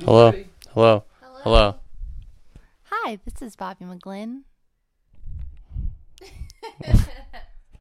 Hello. Hello. Hello. Hi, this is Bobby McGlynn,